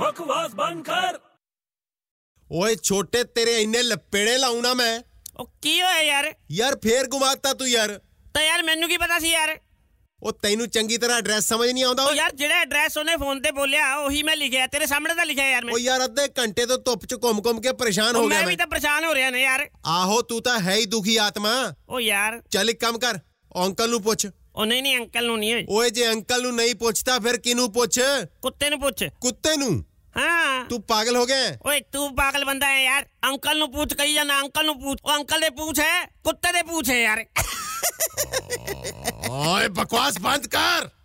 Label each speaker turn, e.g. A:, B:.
A: ਬਕਵਾਸ ਬੰਦ ਕਰ
B: ਓਏ ਛੋਟੇ ਤੇਰੇ ਇੰਨੇ ਲੱਪੇੜੇ ਲਾਉਣਾ ਮੈਂ
C: ਉਹ ਕੀ ਹੋਇਆ ਯਾਰ
B: ਯਾਰ ਫੇਰ ਗੁਮਾਤਾ ਤੂੰ ਯਾਰ
C: ਤਾਂ ਯਾਰ ਮੈਨੂੰ ਕੀ ਪਤਾ ਸੀ ਯਾਰ
B: ਉਹ ਤੈਨੂੰ ਚੰਗੀ ਤਰ੍ਹਾਂ ਐਡਰੈਸ ਸਮਝ ਨਹੀਂ ਆਉਂਦਾ
C: ਉਹ ਯਾਰ ਜਿਹੜਾ ਐਡਰੈਸ ਉਹਨੇ ਫੋਨ ਤੇ ਬੋਲਿਆ ਉਹੀ ਮੈਂ ਲਿਖਿਆ ਤੇਰੇ ਸਾਹਮਣੇ ਤਾਂ ਲਿਖਿਆ ਯਾਰ ਮੈਂ
B: ਓ ਯਾਰ ਅੱਧੇ ਘੰਟੇ ਤੋਂ ਧੁੱਪ 'ਚ ਘੁੰਮ-ਘੁੰਮ ਕੇ ਪਰੇਸ਼ਾਨ ਹੋ ਗਿਆ
C: ਮੈਂ ਵੀ
B: ਮੈਂ
C: ਤਾਂ ਪਰੇਸ਼ਾਨ ਹੋ ਰਿਹਾ ਨਾ ਯਾਰ
B: ਆਹੋ ਤੂੰ ਤਾਂ ਹੈ ਹੀ ਦੁਖੀ ਆਤਮਾ
C: ਉਹ ਯਾਰ
B: ਚੱਲ ਇੱਕ ਕੰਮ ਕਰ ਅੰਕਲ ਨੂੰ ਪੁੱਛ
C: ਉਹ ਨਹੀਂ ਨਹੀਂ ਅੰਕਲ ਨੂੰ ਨਹੀਂ ਓਏ
B: ਓਏ ਜੇ ਅੰਕਲ ਨੂੰ ਨਹੀਂ ਪੁੱਛਦਾ ਫਿਰ ਕਿਨੂੰ ਪੁੱਛ
C: ਕੁੱਤੇ ਨੂੰ ਪੁੱਛ
B: ਕੁੱਤੇ ਨੂੰ
C: ਹਾਂ
B: ਤੂੰ ਪਾਗਲ ਹੋ ਗਿਆ ਹੈ?
C: ਓਏ ਤੂੰ ਪਾਗਲ ਬੰਦਾ ਹੈ ਯਾਰ ਅੰਕਲ ਨੂੰ ਪੁੱਛ ਕਹੀ ਜਾਣਾ ਅੰਕਲ ਨੂੰ ਪੁੱਛ ਉਹ ਅੰਕਲ ਦੇ ਪੁੱਛ ਹੈ ਕੁੱਤੇ ਦੇ ਪੁੱਛ ਹੈ ਯਾਰ
B: ਓਏ ਬਕਵਾਸ ਬੰਦ ਕਰ